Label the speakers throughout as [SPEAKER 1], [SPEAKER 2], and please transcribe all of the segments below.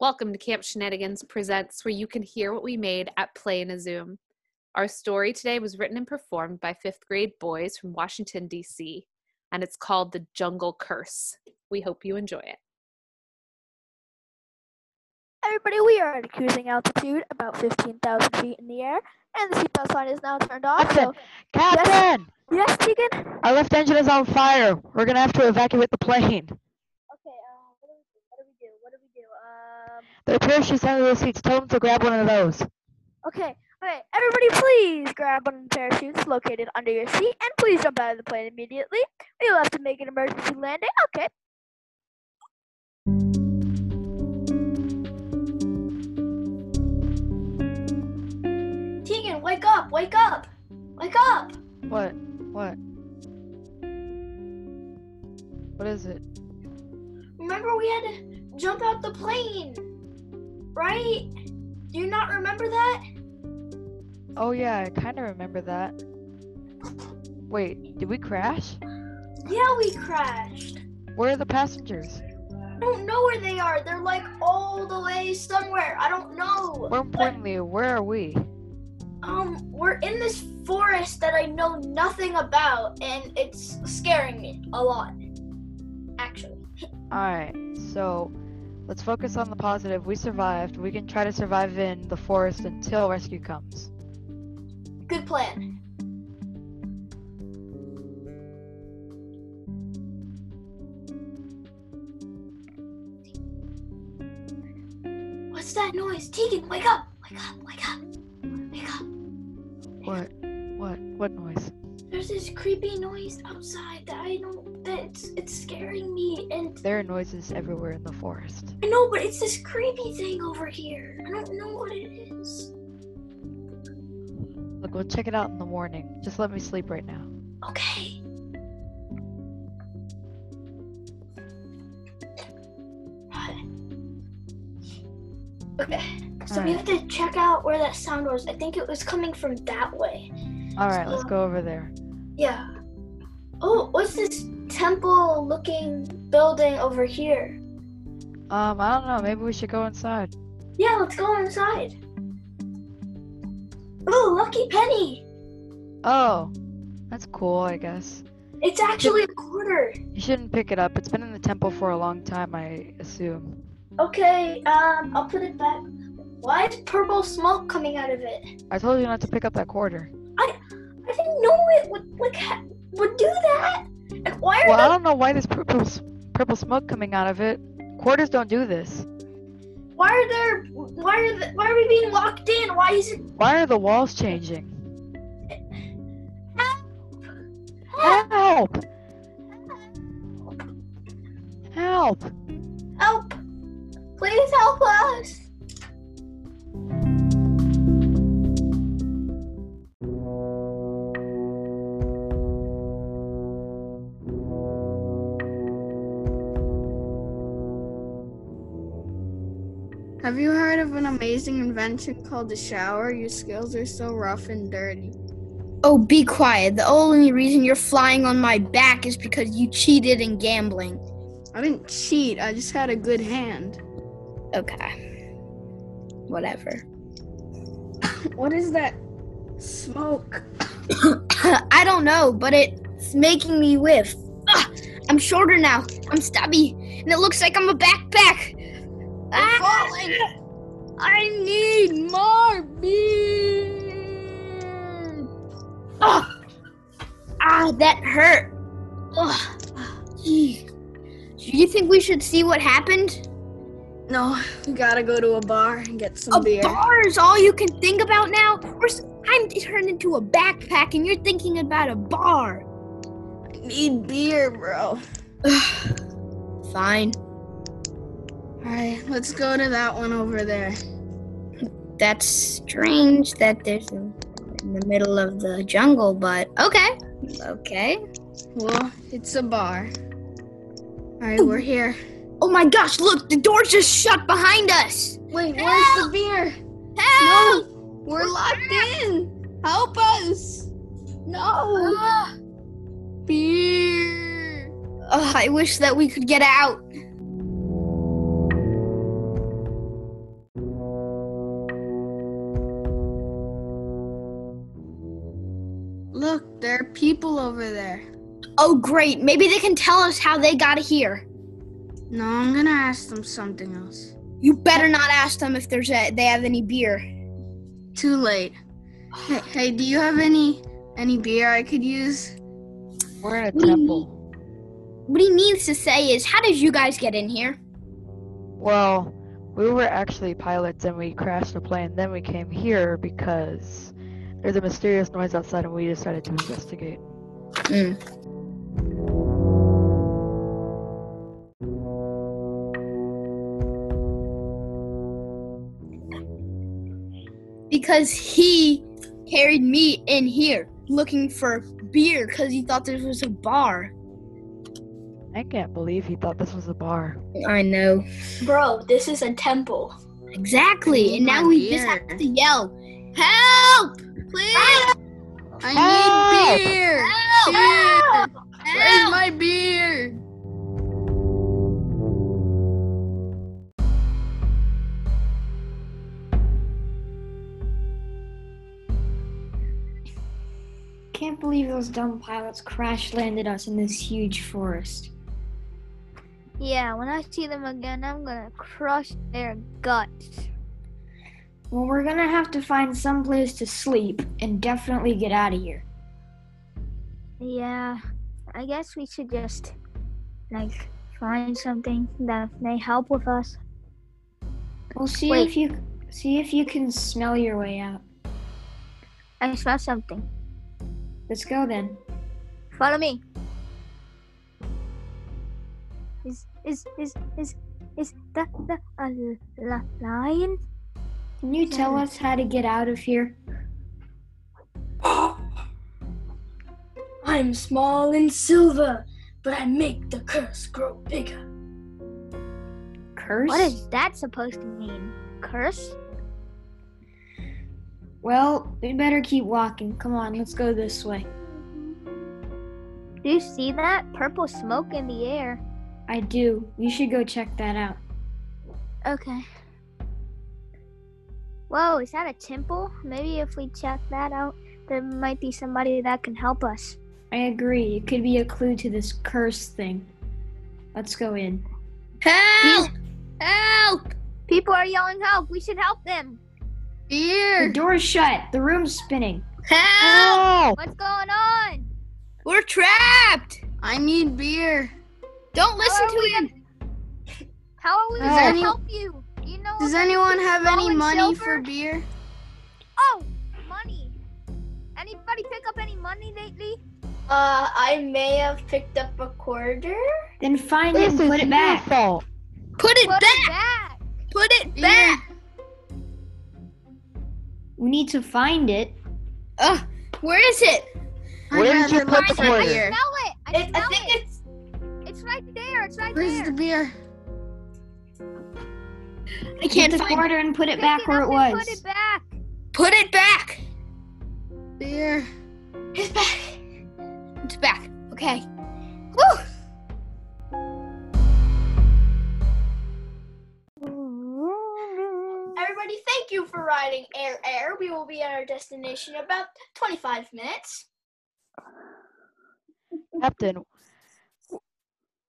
[SPEAKER 1] Welcome to Camp Shenanigans Presents, where you can hear what we made at Play in a Zoom. Our story today was written and performed by fifth grade boys from Washington, D.C., and it's called The Jungle Curse. We hope you enjoy it.
[SPEAKER 2] Everybody, we are at a cruising altitude, about 15,000 feet in the air, and the seatbelt sign is now turned off. So,
[SPEAKER 3] Captain, Captain!
[SPEAKER 2] yes, Tegan?
[SPEAKER 3] Our left engine is on fire. We're gonna have to evacuate the plane.
[SPEAKER 2] Okay, uh, what do we do? What do we do? What do we do? Um,
[SPEAKER 3] There are parachutes under those seats. Tell them to grab one of those.
[SPEAKER 2] okay, okay, everybody, please grab one of the parachutes located under your seat and please jump out of the plane immediately. We will have to make an emergency landing. Okay. Tegan, wake up! Wake up! Wake up!
[SPEAKER 3] What? What? What is it?
[SPEAKER 4] Remember we had to jump out the plane, right? Do you not remember that?
[SPEAKER 3] Oh yeah, I kind of remember that. Wait, did we crash?
[SPEAKER 4] Yeah, we crashed.
[SPEAKER 3] Where are the passengers?
[SPEAKER 4] I don't know where they are. They're like all the way somewhere. I don't know.
[SPEAKER 3] More importantly, where are we?
[SPEAKER 4] Um, we're in this forest that I know nothing about, and it's scaring me a lot. Actually.
[SPEAKER 3] Alright, so let's focus on the positive. We survived. We can try to survive in the forest until rescue comes.
[SPEAKER 4] Good plan. What's that noise? Tegan, wake up! Wake up, wake up, wake up.
[SPEAKER 3] What? What? What noise?
[SPEAKER 4] There's this creepy noise outside that I don't that it's it's scaring me and
[SPEAKER 3] There are noises everywhere in the forest.
[SPEAKER 4] I know but it's this creepy thing over here. I don't know what it is.
[SPEAKER 3] Look, we'll check it out in the morning. Just let me sleep right now.
[SPEAKER 4] Okay. Okay. So we have to
[SPEAKER 3] Alright,
[SPEAKER 4] check out where that sound was. I think it was coming from that way.
[SPEAKER 3] alright, let's go over there.
[SPEAKER 4] Yeah. Oh, what's this temple looking building over here?
[SPEAKER 3] Um, I don't know, maybe we should go inside.
[SPEAKER 4] Yeah, let's go inside. Ooh, lucky penny!
[SPEAKER 3] Oh, that's cool, I guess.
[SPEAKER 4] It's actually a quarter.
[SPEAKER 3] You shouldn't pick it up. It's been in the temple for a long time, I assume.
[SPEAKER 4] Okay, um, I'll put it back. Why is purple smoke coming out of it?
[SPEAKER 3] I told you not to pick up that quarter.
[SPEAKER 4] I didn't know it would like ha- would do that. And why are
[SPEAKER 3] Well, I don't know why there's purple, s- purple smoke coming out of it. Quarters don't do this.
[SPEAKER 4] there, why are there why are the, why are we being locked in? Why is it?
[SPEAKER 3] Why are the walls changing? Help! Help!
[SPEAKER 4] Help! Please help us!
[SPEAKER 5] Have you heard of an amazing invention called the shower? Your skills are so rough and dirty.
[SPEAKER 6] Oh, be quiet. The only reason you're flying on my back is because you cheated in gambling.
[SPEAKER 5] I didn't cheat, I just had a good hand.
[SPEAKER 6] Okay. Whatever.
[SPEAKER 5] What is that smoke?
[SPEAKER 6] I don't know, but it's making me whiff. Ah, I'm shorter now. I'm stubby. And it looks like I'm a backpack. Ah, I need more beer. Ah, ah that hurt. Ugh. Gee. Do you think we should see what happened?
[SPEAKER 5] No, we gotta go to a bar and get some
[SPEAKER 6] A
[SPEAKER 5] beer.
[SPEAKER 6] bar is all you can think about now. We're s- I'm turned into a backpack, and you're thinking about a bar.
[SPEAKER 5] I need beer, bro.
[SPEAKER 6] Fine.
[SPEAKER 5] Alright, let's go to that one over there.
[SPEAKER 6] That's strange that there's a, in the middle of the jungle, but okay, okay.
[SPEAKER 5] Well, it's a bar. Alright, we're here.
[SPEAKER 6] Oh my gosh! Look, the door just shut behind us.
[SPEAKER 5] Wait,
[SPEAKER 6] where's the
[SPEAKER 5] beer?
[SPEAKER 6] Help!
[SPEAKER 5] We're locked in! Help us! No!
[SPEAKER 6] Ah.
[SPEAKER 5] Beer!
[SPEAKER 6] Ugh, I wish that we could get out.
[SPEAKER 5] are people over there.
[SPEAKER 6] Oh, great. Maybe they can tell us how they got here.
[SPEAKER 5] No, I'm gonna ask them something else.
[SPEAKER 6] You better not ask them if there's a, they have any beer.
[SPEAKER 5] Too late. Hey, hey, do you have any any beer I could use?
[SPEAKER 3] We're in a
[SPEAKER 6] What do you
[SPEAKER 3] temple.
[SPEAKER 6] What he means to say is, how did you guys get in here?
[SPEAKER 3] Well, we were actually pilots and we crashed a plane. Then we came here because there's a mysterious noise outside and we decided to investigate.
[SPEAKER 6] Because he carried me in here looking for beer because he thought this was a bar.
[SPEAKER 3] I can't believe he thought this was a bar.
[SPEAKER 6] I know.
[SPEAKER 4] Bro, this is a temple. Oh
[SPEAKER 6] Exactly. And
[SPEAKER 5] need
[SPEAKER 6] now
[SPEAKER 5] my
[SPEAKER 6] we just
[SPEAKER 5] beer.
[SPEAKER 6] have to yell, Help! Please!
[SPEAKER 5] I
[SPEAKER 3] Help!
[SPEAKER 5] need beer.
[SPEAKER 6] Help!
[SPEAKER 5] Beer. Where's
[SPEAKER 6] Help!
[SPEAKER 5] my beer?
[SPEAKER 7] Can't believe those dumb pilots crash landed us in this huge forest.
[SPEAKER 2] Yeah, when I see them again, I'm gonna crush their guts.
[SPEAKER 7] Well, we're gonna have to find some place to sleep and definitely get out of here.
[SPEAKER 2] Yeah, I guess we should just like find something that may help with us.
[SPEAKER 7] Well, see
[SPEAKER 2] Wait.
[SPEAKER 7] if you see if you can smell your way out.
[SPEAKER 2] I smell something.
[SPEAKER 7] Let's go then.
[SPEAKER 2] Follow me. Is is is is is that the a li- lion?
[SPEAKER 7] Can you tell us how to get out of here?
[SPEAKER 4] I'm small and silver, but I make the curse grow bigger.
[SPEAKER 7] Curse?
[SPEAKER 2] What is that supposed to mean? Curse?
[SPEAKER 7] Well, we better keep walking. Come on, let's go this way.
[SPEAKER 2] Do you see that purple smoke in the air?
[SPEAKER 7] I do. We should go check that out.
[SPEAKER 2] Okay. Whoa, is that a temple? Maybe if we check that out, there might be somebody that can help us.
[SPEAKER 7] I agree. It could be a clue to this curse thing. Let's go in.
[SPEAKER 6] Help! Help!
[SPEAKER 2] People are yelling help. We should help them.
[SPEAKER 7] The
[SPEAKER 5] Beer.
[SPEAKER 7] door's shut. The room's spinning.
[SPEAKER 6] Help!
[SPEAKER 3] Oh!
[SPEAKER 2] What's going on?
[SPEAKER 6] We're trapped!
[SPEAKER 5] I need beer.
[SPEAKER 6] Don't listen
[SPEAKER 2] are
[SPEAKER 6] to
[SPEAKER 2] we
[SPEAKER 6] him!
[SPEAKER 2] How are we
[SPEAKER 5] Does
[SPEAKER 2] going to
[SPEAKER 5] any-
[SPEAKER 2] help you? You know
[SPEAKER 5] Does
[SPEAKER 2] of
[SPEAKER 5] anyone
[SPEAKER 2] anything
[SPEAKER 5] have
[SPEAKER 2] small
[SPEAKER 5] any
[SPEAKER 2] and
[SPEAKER 5] money
[SPEAKER 2] silver?
[SPEAKER 5] for beer?
[SPEAKER 2] Oh, money. Anybody pick up any money lately?
[SPEAKER 4] Uh, I may have picked up a quarter.
[SPEAKER 7] Then find it
[SPEAKER 3] This
[SPEAKER 7] and
[SPEAKER 3] is
[SPEAKER 7] put
[SPEAKER 3] your
[SPEAKER 7] it back.
[SPEAKER 3] fault.
[SPEAKER 6] Put it
[SPEAKER 2] Put
[SPEAKER 6] back!
[SPEAKER 2] it back.
[SPEAKER 6] Put it
[SPEAKER 5] Beer.
[SPEAKER 6] back!
[SPEAKER 7] We need to find it.
[SPEAKER 6] Ugh, where is it?
[SPEAKER 5] I'd
[SPEAKER 3] Where did you
[SPEAKER 5] rather
[SPEAKER 3] put
[SPEAKER 5] look
[SPEAKER 3] the
[SPEAKER 5] for
[SPEAKER 3] quarter?
[SPEAKER 5] beer.
[SPEAKER 2] Smell it. I
[SPEAKER 4] It, I
[SPEAKER 2] smell
[SPEAKER 4] think
[SPEAKER 2] it.
[SPEAKER 4] it's
[SPEAKER 2] It's right there. It's right
[SPEAKER 5] Where's
[SPEAKER 2] there.
[SPEAKER 5] the beer?
[SPEAKER 6] I
[SPEAKER 7] Get
[SPEAKER 6] can't
[SPEAKER 7] the
[SPEAKER 6] find it.
[SPEAKER 7] quarter and put it
[SPEAKER 2] Pick
[SPEAKER 7] back where it
[SPEAKER 2] up and Put
[SPEAKER 7] was.
[SPEAKER 2] it back.
[SPEAKER 6] Put it back!
[SPEAKER 5] Beer.
[SPEAKER 4] it's back.
[SPEAKER 6] It's back. Okay.
[SPEAKER 4] Everybody, thank you for riding Air Air. We will be at our destination in about 25 minutes.
[SPEAKER 3] Captain, wh-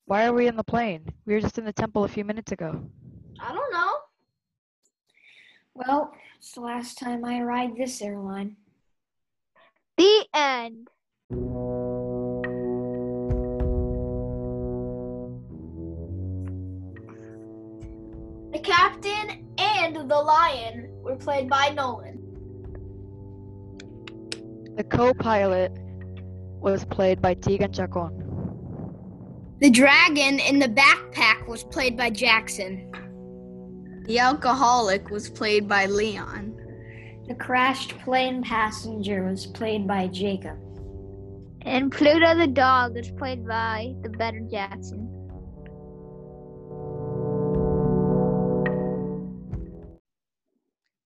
[SPEAKER 3] why are we in the plane? We were just in the temple a few minutes ago.
[SPEAKER 4] I don't know.
[SPEAKER 7] Well, it's the last time I ride this airline.
[SPEAKER 2] The end.
[SPEAKER 4] The captain and the lion were played by Nolan.
[SPEAKER 3] The co-pilot was played by Tegan Chacon.
[SPEAKER 6] The dragon in the backpack was played by Jackson.
[SPEAKER 5] The alcoholic was played by Leon.
[SPEAKER 7] The crashed plane passenger was played by Jacob.
[SPEAKER 2] And Pluto the dog is played by the better Jackson.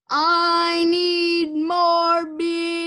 [SPEAKER 5] I need more beer.